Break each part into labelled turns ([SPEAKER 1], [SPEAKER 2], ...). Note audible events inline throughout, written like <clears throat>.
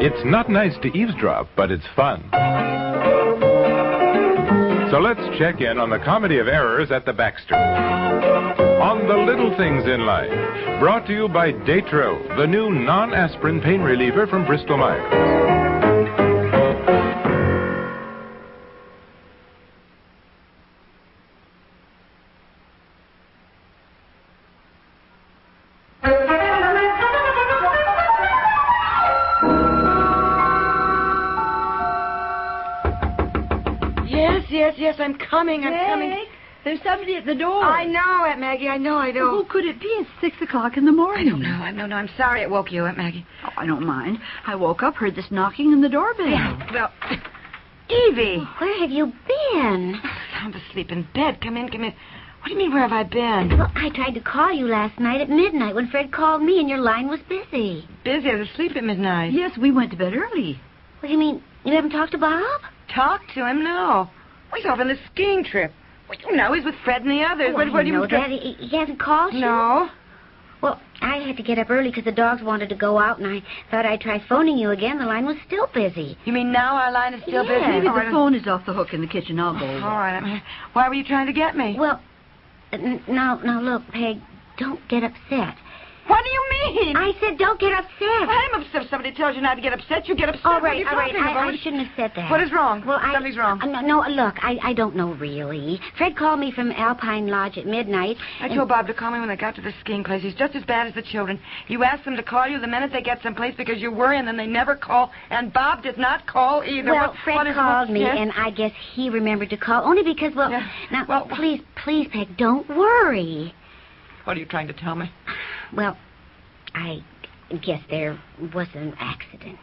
[SPEAKER 1] It's not nice to eavesdrop, but it's fun. So let's check in on the comedy of errors at the Baxter. On the little things in life. Brought to you by Datro, the new non aspirin pain reliever from Bristol Myers.
[SPEAKER 2] Yes, yes, yes, I'm coming, I'm coming.
[SPEAKER 3] Meg, there's somebody at the door.
[SPEAKER 2] I know, Aunt Maggie, I know, I
[SPEAKER 3] Who
[SPEAKER 2] know.
[SPEAKER 3] could it be? It's six o'clock in the morning.
[SPEAKER 2] I don't know, I don't know. I'm sorry it woke you, Aunt Maggie.
[SPEAKER 3] Oh, I don't mind. I woke up, heard this knocking, and the doorbell.
[SPEAKER 2] Well, Evie.
[SPEAKER 4] Where have you been?
[SPEAKER 2] Sound asleep in bed. Come in, come in. What do you mean, where have I been?
[SPEAKER 4] Well, I tried to call you last night at midnight when Fred called me and your line was busy.
[SPEAKER 2] Busy, I was asleep at midnight.
[SPEAKER 3] Yes, we went to bed early.
[SPEAKER 4] What do you mean? You haven't talked to Bob?
[SPEAKER 2] Talk to him, no. Well, he's off on the skiing trip. Well, you know, he's with Fred and the others.
[SPEAKER 4] Oh,
[SPEAKER 2] what,
[SPEAKER 4] I
[SPEAKER 2] what do you
[SPEAKER 4] know
[SPEAKER 2] mean?
[SPEAKER 4] that. He, he hasn't called you?
[SPEAKER 2] No.
[SPEAKER 4] Well, I had to get up early because the dogs wanted to go out, and I thought I'd try phoning you again. The line was still busy.
[SPEAKER 2] You mean now our line is still
[SPEAKER 4] Yeah.
[SPEAKER 2] busy?
[SPEAKER 3] Maybe
[SPEAKER 2] All
[SPEAKER 3] the
[SPEAKER 2] right,
[SPEAKER 3] phone is off the hook in the kitchen. I'll go.
[SPEAKER 2] All
[SPEAKER 3] over.
[SPEAKER 2] right, I'm here. Why were you trying to get me?
[SPEAKER 4] Well, n- now, now look, Peg, don't get upset.
[SPEAKER 2] What do you mean?
[SPEAKER 4] I said don't get upset.
[SPEAKER 2] I'm upset. If somebody tells you not to get upset, you get upset.
[SPEAKER 4] All
[SPEAKER 2] What are
[SPEAKER 4] right,
[SPEAKER 2] you
[SPEAKER 4] all right.
[SPEAKER 2] talking
[SPEAKER 4] I,
[SPEAKER 2] about?
[SPEAKER 4] I shouldn't have said that.
[SPEAKER 2] What is wrong?
[SPEAKER 4] Well, I,
[SPEAKER 2] Something's wrong.
[SPEAKER 4] Uh, no, no, look, I, I don't know really. Fred called me from Alpine Lodge at midnight.
[SPEAKER 2] I
[SPEAKER 4] and-
[SPEAKER 2] told Bob to call me when they got to the skiing place. He's just as bad as the children. You ask them to call you the minute they get someplace because you worry, and then they never call. And Bob did not call either.
[SPEAKER 4] Well,
[SPEAKER 2] What-
[SPEAKER 4] Fred
[SPEAKER 2] what is-
[SPEAKER 4] called me,
[SPEAKER 2] Yes?
[SPEAKER 4] and I guess he remembered to call only because, well,
[SPEAKER 2] Yeah.
[SPEAKER 4] now
[SPEAKER 2] Well-
[SPEAKER 4] please, please, Peg, don't worry.
[SPEAKER 2] What are you trying to tell me?
[SPEAKER 4] Well, I guess there was an accident.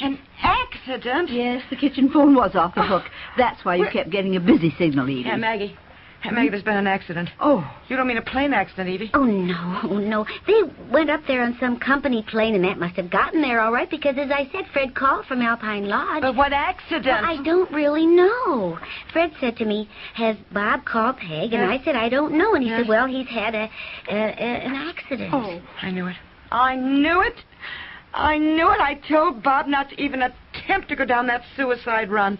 [SPEAKER 2] An accident?
[SPEAKER 3] Yes, the kitchen phone was off the hook. That's why you
[SPEAKER 2] Where-
[SPEAKER 3] kept getting a busy signal, Edie.
[SPEAKER 2] Aunt Maggie. Aunt Maggie, there's been an accident.
[SPEAKER 3] Oh,
[SPEAKER 2] You don't mean a plane accident, Evie?
[SPEAKER 4] Oh no, oh no! They went up there on some company plane, and that must have gotten there all right because, as I said, Fred called from Alpine Lodge.
[SPEAKER 2] But what accident?
[SPEAKER 4] Well, I don't really know. Fred said to me, "Has Bob called Peg?" And
[SPEAKER 2] Yes.
[SPEAKER 4] I said, "I don't know." And he
[SPEAKER 2] Yes.
[SPEAKER 4] said, "Well, he's had a, a, a an accident."
[SPEAKER 3] Oh.
[SPEAKER 2] I knew it. I knew it. I knew it. I told Bob not to even attempt to go down that suicide run.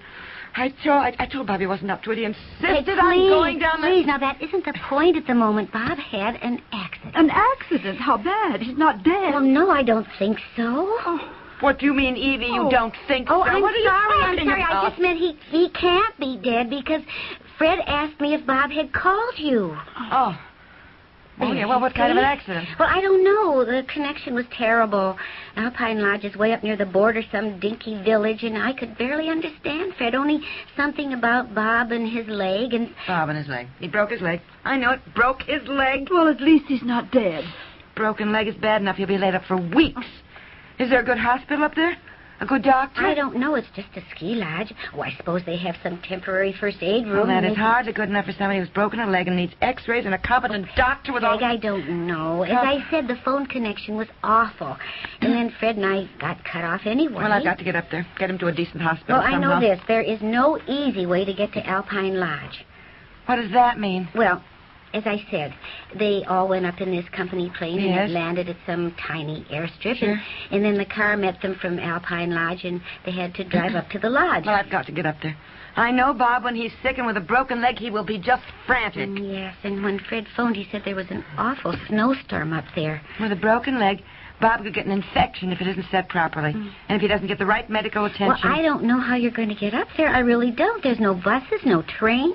[SPEAKER 2] I told I, I told Bob he wasn't up to it. He
[SPEAKER 4] Hey,
[SPEAKER 2] insisted on going down the.
[SPEAKER 4] please. Now that isn't the point at the moment. Bob had an accident.
[SPEAKER 3] an accident. How bad? He's not dead.
[SPEAKER 4] Well, no, I don't think so.
[SPEAKER 2] What do you mean, Evie? You
[SPEAKER 3] Oh.
[SPEAKER 2] don't think
[SPEAKER 4] Oh,
[SPEAKER 2] so?
[SPEAKER 4] I'm
[SPEAKER 2] Oh. what are you
[SPEAKER 4] sorry. I'm
[SPEAKER 2] talking
[SPEAKER 4] sorry. I
[SPEAKER 2] about?
[SPEAKER 4] just meant he he can't be dead because Fred asked me if Bob had called you.
[SPEAKER 2] Oh. Oh, yeah. Well, what kind of an
[SPEAKER 4] See?
[SPEAKER 2] accident?
[SPEAKER 4] Well, I don't know. The connection was terrible. Alpine Lodge is way up near the border, some dinky village, and I could barely understand Fred. Only something about Bob and his leg, and
[SPEAKER 2] Bob and his leg. He broke his leg. I know it. Broke his leg.
[SPEAKER 3] Well, at least he's not dead.
[SPEAKER 2] Broken leg is bad enough. He'll be laid up for weeks. Is there a good hospital up there? A good doctor?
[SPEAKER 4] I don't know. It's just a ski lodge. Oh, I suppose they have some temporary first aid room.
[SPEAKER 2] Well, that
[SPEAKER 4] and
[SPEAKER 2] is
[SPEAKER 4] they-
[SPEAKER 2] hardly good enough for somebody who's broken a leg and needs x-rays and a competent doctor with all...
[SPEAKER 4] Peg, I don't know. As
[SPEAKER 2] Oh.
[SPEAKER 4] I said, the phone connection was awful. And then Fred and I got cut off anyway.
[SPEAKER 2] Well, I've got to get up there. Get him to a decent hospital
[SPEAKER 4] Well, I know
[SPEAKER 2] somehow.
[SPEAKER 4] this. There is no easy way to get to Alpine Lodge.
[SPEAKER 2] What does that mean?
[SPEAKER 4] Well, as I said, they all went up in this company plane
[SPEAKER 2] Yes.
[SPEAKER 4] and it landed at some tiny airstrip.
[SPEAKER 2] Sure.
[SPEAKER 4] And, and then the car met them from Alpine Lodge and they had
[SPEAKER 2] <clears throat>
[SPEAKER 4] to drive up to the lodge.
[SPEAKER 2] Well, I've got to get up there. I know Bob when he's sick and with a broken leg, he will be just frantic.
[SPEAKER 4] Mm, Yes, and when Fred phoned, he said there was an awful snowstorm up there.
[SPEAKER 2] With a broken leg, Bob could get an infection if it isn't set properly. And if he doesn't get the right medical
[SPEAKER 4] Mm. Well,
[SPEAKER 2] attention.
[SPEAKER 4] I don't know how you're going to get up there. I really don't. There's no buses, no trains.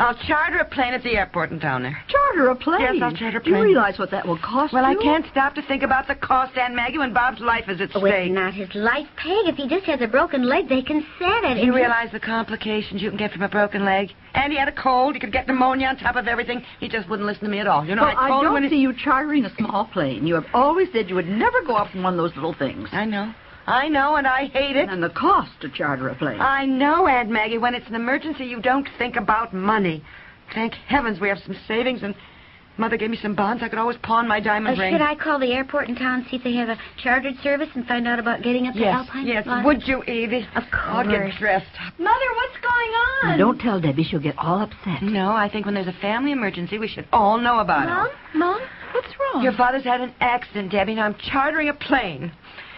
[SPEAKER 2] I'll charter a plane at the airport and down there.
[SPEAKER 3] Charter a plane.
[SPEAKER 2] Yes, I'll charter a
[SPEAKER 3] Do you
[SPEAKER 2] plane.
[SPEAKER 3] realize what that will cost
[SPEAKER 2] Well, I
[SPEAKER 3] you?
[SPEAKER 2] can't stop to think about the cost, Aunt Maggie, when Bob's life is at
[SPEAKER 4] Oh, it's
[SPEAKER 2] stake.
[SPEAKER 4] not his life, Peg. If he just has a broken leg, they can set it.
[SPEAKER 2] Do you realize the complications you can get from a broken leg? And he had a cold. He could get pneumonia on top of everything. He just wouldn't listen to me at all. You know,
[SPEAKER 3] Well, I
[SPEAKER 2] told him when
[SPEAKER 3] don't
[SPEAKER 2] he-
[SPEAKER 3] see you chartering a small plane. You have always said you would never go up in one of those little things.
[SPEAKER 2] I know. I know, and I hate it.
[SPEAKER 3] And the cost to charter a plane.
[SPEAKER 2] I know, Aunt Maggie. When it's an emergency, you don't think about money. Thank heavens we have some savings, and Mother gave me some bonds. I could always pawn my
[SPEAKER 4] Uh,
[SPEAKER 2] diamond ring.
[SPEAKER 4] should I call the airport in town and see if they have a chartered service and find out about getting up to
[SPEAKER 2] Yes,
[SPEAKER 4] Alpine?
[SPEAKER 2] yes.
[SPEAKER 4] Lodge?
[SPEAKER 2] Would you, Evie?
[SPEAKER 4] Of
[SPEAKER 2] I'll get
[SPEAKER 4] course.
[SPEAKER 2] dressed up.
[SPEAKER 3] Mother, what's going on? don't tell Debbie. She'll get all upset.
[SPEAKER 2] No, I think when there's a family emergency, we should all know about
[SPEAKER 3] Mom? Mom? What's
[SPEAKER 2] it.
[SPEAKER 3] wrong?
[SPEAKER 2] Your father's had an accident, Debbie, and I'm chartering a plane.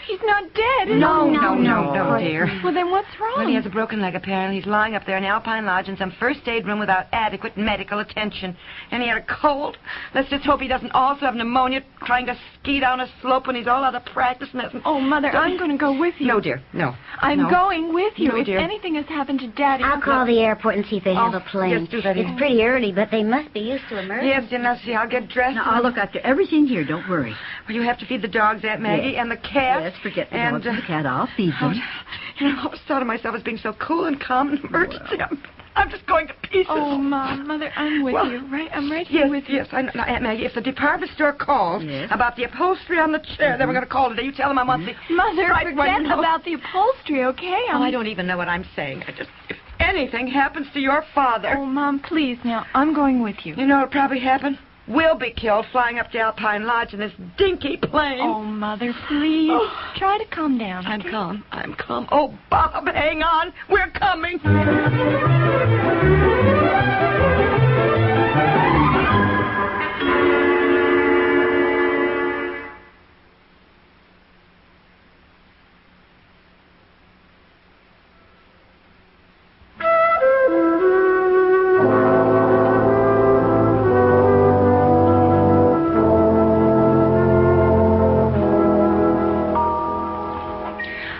[SPEAKER 5] He's not dead. is
[SPEAKER 2] No,
[SPEAKER 5] he?
[SPEAKER 2] no, no, no, dear.
[SPEAKER 5] Well, then what's wrong?
[SPEAKER 2] Well, he has a broken leg, apparently. He's lying up there in Alpine Lodge in some first aid room without adequate medical attention. And he had a cold. Let's just hope he doesn't also have pneumonia trying to ski down a slope when he's all out of practice and has...
[SPEAKER 5] Oh, Mother, I'm going to go with you.
[SPEAKER 2] No, dear, no.
[SPEAKER 5] I'm
[SPEAKER 2] No.
[SPEAKER 5] going with you.
[SPEAKER 2] No,
[SPEAKER 5] if
[SPEAKER 2] dear.
[SPEAKER 5] anything has happened to Daddy,
[SPEAKER 4] I'll
[SPEAKER 5] I'm
[SPEAKER 4] call
[SPEAKER 5] go-
[SPEAKER 4] the airport and see if they have a plane.
[SPEAKER 2] Oh, yes, do that,
[SPEAKER 4] It's
[SPEAKER 2] Ann.
[SPEAKER 4] pretty early, but they must be used to emergency.
[SPEAKER 2] Yes, dear, now see, I'll get dressed.
[SPEAKER 3] Now,
[SPEAKER 2] and-
[SPEAKER 3] I'll look after everything here. Don't worry.
[SPEAKER 2] Well, you have to feed the dogs, Aunt Maggie,
[SPEAKER 3] Yes.
[SPEAKER 2] and the cat.
[SPEAKER 3] Yes, forget the
[SPEAKER 2] and,
[SPEAKER 3] dogs and the
[SPEAKER 2] uh,
[SPEAKER 3] cat. I'll feed
[SPEAKER 2] Oh,
[SPEAKER 3] them.
[SPEAKER 2] <laughs> you know, I was thought of myself as being so cool and calm and emergency. I'm, I'm just going to pieces.
[SPEAKER 5] Oh, Mom, Mother, I'm with
[SPEAKER 2] Well,
[SPEAKER 5] you. Right, I'm right
[SPEAKER 2] Yes,
[SPEAKER 5] here with you.
[SPEAKER 2] yes. I know. Now, Aunt Maggie, if the department store calls
[SPEAKER 3] Yes.
[SPEAKER 2] about the upholstery on the chair, then we're going to call today. You tell them I want the.
[SPEAKER 5] Mm-hmm. Mother,
[SPEAKER 2] Right,
[SPEAKER 5] forget
[SPEAKER 2] well, no.
[SPEAKER 5] about the upholstery, okay?
[SPEAKER 2] Oh, I don't even know what I'm saying. I just. If anything happens to your father,
[SPEAKER 5] Oh, Mom, please, now, I'm going with you.
[SPEAKER 2] you know what'll probably happen? We'll be killed flying up to Alpine Lodge in this dinky plane.
[SPEAKER 5] Oh, Mother, please.
[SPEAKER 2] Oh.
[SPEAKER 5] Try to calm down.
[SPEAKER 2] I'm
[SPEAKER 5] okay?
[SPEAKER 2] calm. I'm calm. Oh, Bob, hang on. We're coming.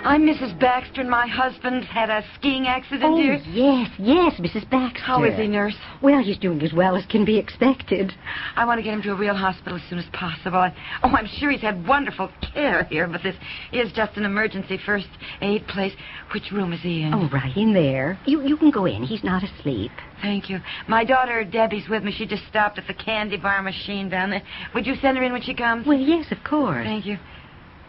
[SPEAKER 2] I'm Mrs. Baxter, and my husband's had a skiing accident,
[SPEAKER 3] Oh,
[SPEAKER 2] dear.
[SPEAKER 3] yes, yes, Mrs. Baxter.
[SPEAKER 2] How is he, nurse?
[SPEAKER 3] Well, he's doing as well as can be expected.
[SPEAKER 2] I want to get him to a real hospital as soon as possible. I, oh, I'm sure he's had wonderful care here, but this is just an emergency first aid place. Which room is he in?
[SPEAKER 3] Oh, right in there. You you can go in. He's not asleep.
[SPEAKER 2] thank you. My daughter Debbie's with me. She just stopped at the candy bar machine down there. Would you send her in when she comes?
[SPEAKER 3] Well, yes, of course.
[SPEAKER 2] Thank you.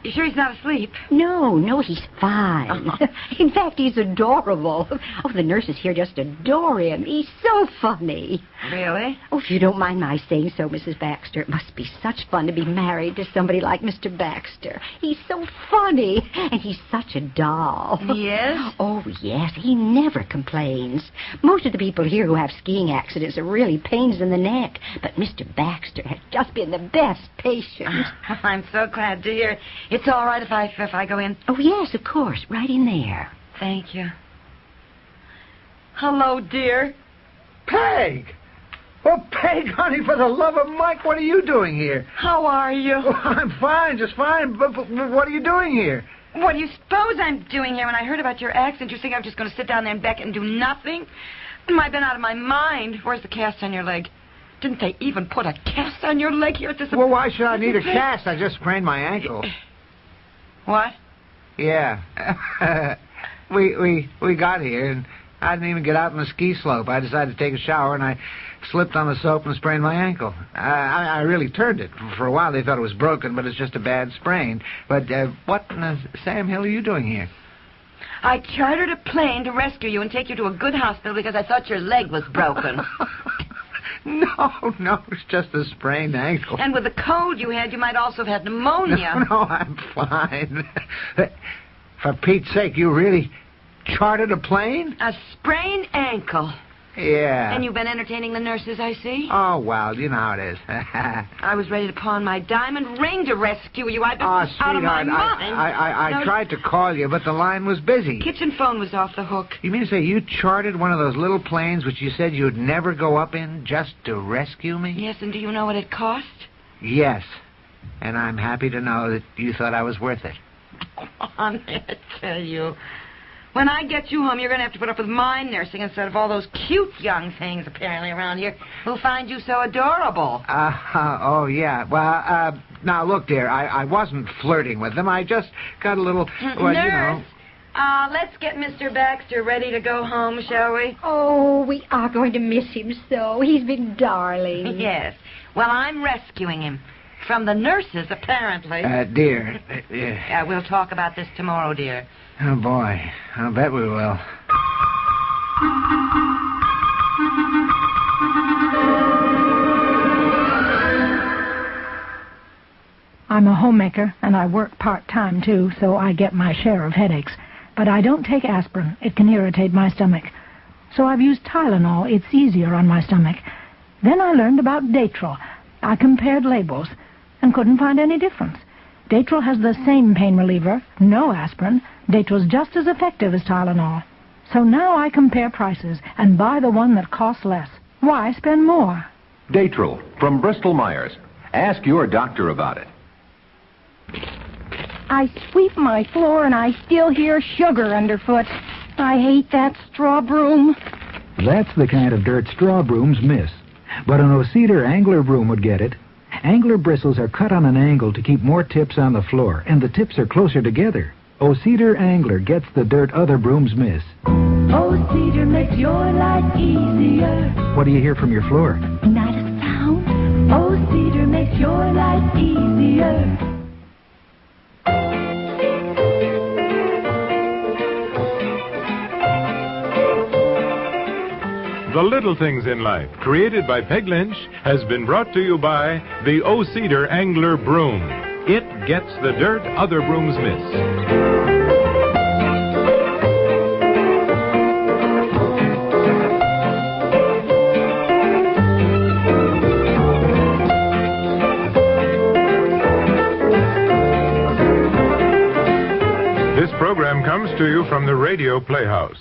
[SPEAKER 2] You sure he's not asleep?
[SPEAKER 3] No, no, he's fine.
[SPEAKER 2] Oh.
[SPEAKER 3] <laughs> In fact, he's adorable. Oh, the nurses here just adore him. He's so funny.
[SPEAKER 2] Really? <laughs>
[SPEAKER 3] Oh, if you don't mind my saying so, Mrs. Baxter, it must be such fun to be married to somebody like Mr. Baxter. He's so funny, and he's such a doll.
[SPEAKER 2] Yes.
[SPEAKER 3] <laughs> Oh, yes, he never complains. Most of the people here who have skiing accidents are really pains in the neck, but Mr. Baxter has just been the best patient.
[SPEAKER 2] I'm so glad to hear. it. It's all right if I if I go in.
[SPEAKER 3] Oh, yes, of course, right in there.
[SPEAKER 2] Thank you. Hello, dear.
[SPEAKER 6] Peg! Oh, Peg, honey, for the love of Mike, what are you doing here?
[SPEAKER 2] How are you?
[SPEAKER 6] Oh, I'm fine, just fine, but, but, but what are you doing here?
[SPEAKER 2] What do you suppose I'm doing here? When I heard about your accident, you think I'm just going to sit down there and beck and do nothing? I've been out of my mind. Where's the cast on your leg? Didn't they even put a cast on your leg here at this?
[SPEAKER 6] Well, why should I need a cast? I just sprained my ankle.
[SPEAKER 2] What?
[SPEAKER 6] Yeah. <laughs> we, we, we got here, and I didn't even get out on the ski slope. I decided to take a shower, and I slipped on the soap and sprained my ankle. I, I, I really turned it. For a while, they thought it was broken, but it's just a bad sprain. But uh, what in the Sam Hill are you doing here? <laughs>
[SPEAKER 2] I chartered a plane to rescue you and take you to a good hospital because I thought your leg was broken.
[SPEAKER 6] <laughs> no, no, it's just a sprained ankle.
[SPEAKER 2] and with the cold you had, you might also have had pneumonia.
[SPEAKER 6] <laughs> No, no, I'm fine. <laughs> For Pete's sake, you really chartered a plane?
[SPEAKER 2] A sprained ankle.
[SPEAKER 6] Yeah.
[SPEAKER 2] And you've been entertaining the nurses, I see.
[SPEAKER 6] Oh, well, you know how it is. <laughs>
[SPEAKER 2] I was ready to pawn my diamond ring to rescue you. I've been
[SPEAKER 6] oh,
[SPEAKER 2] out of
[SPEAKER 6] sweetheart,
[SPEAKER 2] my mind.
[SPEAKER 6] I, I, I, I
[SPEAKER 2] Now,
[SPEAKER 6] tried to call you, but the line was busy.
[SPEAKER 2] Kitchen phone was off the hook.
[SPEAKER 6] You mean to say you chartered one of those little planes which you said you'd never go up in just to rescue me?
[SPEAKER 2] Yes, and do you know what it cost? <laughs>
[SPEAKER 6] Yes. And I'm happy to know that you thought I was worth it.
[SPEAKER 2] Honey, I tell you. When I get you home, you're going to have to put up with my nursing instead of all those cute young things apparently around here who find you so adorable.
[SPEAKER 6] Uh, uh, oh, yeah. Well, uh, now, look, dear, I, I wasn't flirting with them. I just got a little, <clears throat>
[SPEAKER 2] Mm,
[SPEAKER 6] well, you know.
[SPEAKER 2] Nurse, uh, let's get Mr. Baxter ready to go home, shall we?
[SPEAKER 3] Oh, we are going to miss him so. He's been <laughs> darling.
[SPEAKER 6] Mm-hmm.
[SPEAKER 2] Yes. Well, I'm rescuing him. From the nurses, apparently.
[SPEAKER 6] Uh, dear. uh, yeah.
[SPEAKER 2] yeah, we'll talk about this tomorrow, dear.
[SPEAKER 6] Oh, boy. I'll bet we will.
[SPEAKER 7] I'm a homemaker and I work part time too, so I get my share of headaches. But I don't take aspirin. It can irritate my stomach. So I've used Tylenol. It's easier on my stomach. Then I learned about Datril. I compared labels and couldn't find any difference. Datril has the same pain reliever, no aspirin. Datril's just as effective as Tylenol. So now I compare prices and buy the one that costs less. Why spend more?
[SPEAKER 8] Datril from Bristol Myers. Ask your doctor about it.
[SPEAKER 9] I sweep my floor and I still hear sugar underfoot. I hate that straw broom.
[SPEAKER 6] That's the kind of dirt straw brooms miss. But an Oceder angler broom would get it. Angler bristles are cut on an angle to keep more tips on the floor, and the tips are closer together. Oceder angler gets the dirt other brooms miss.
[SPEAKER 4] Cedar makes your life easier.
[SPEAKER 6] What do you hear from your floor?
[SPEAKER 4] Not a sound. Oh, Cedar makes your life easier.
[SPEAKER 1] The Little Things in Life, created by Peg Lynch, has been brought to you by the O-Cedar Angler Broom. It gets the dirt other brooms miss. This program comes to you from the Radio Playhouse.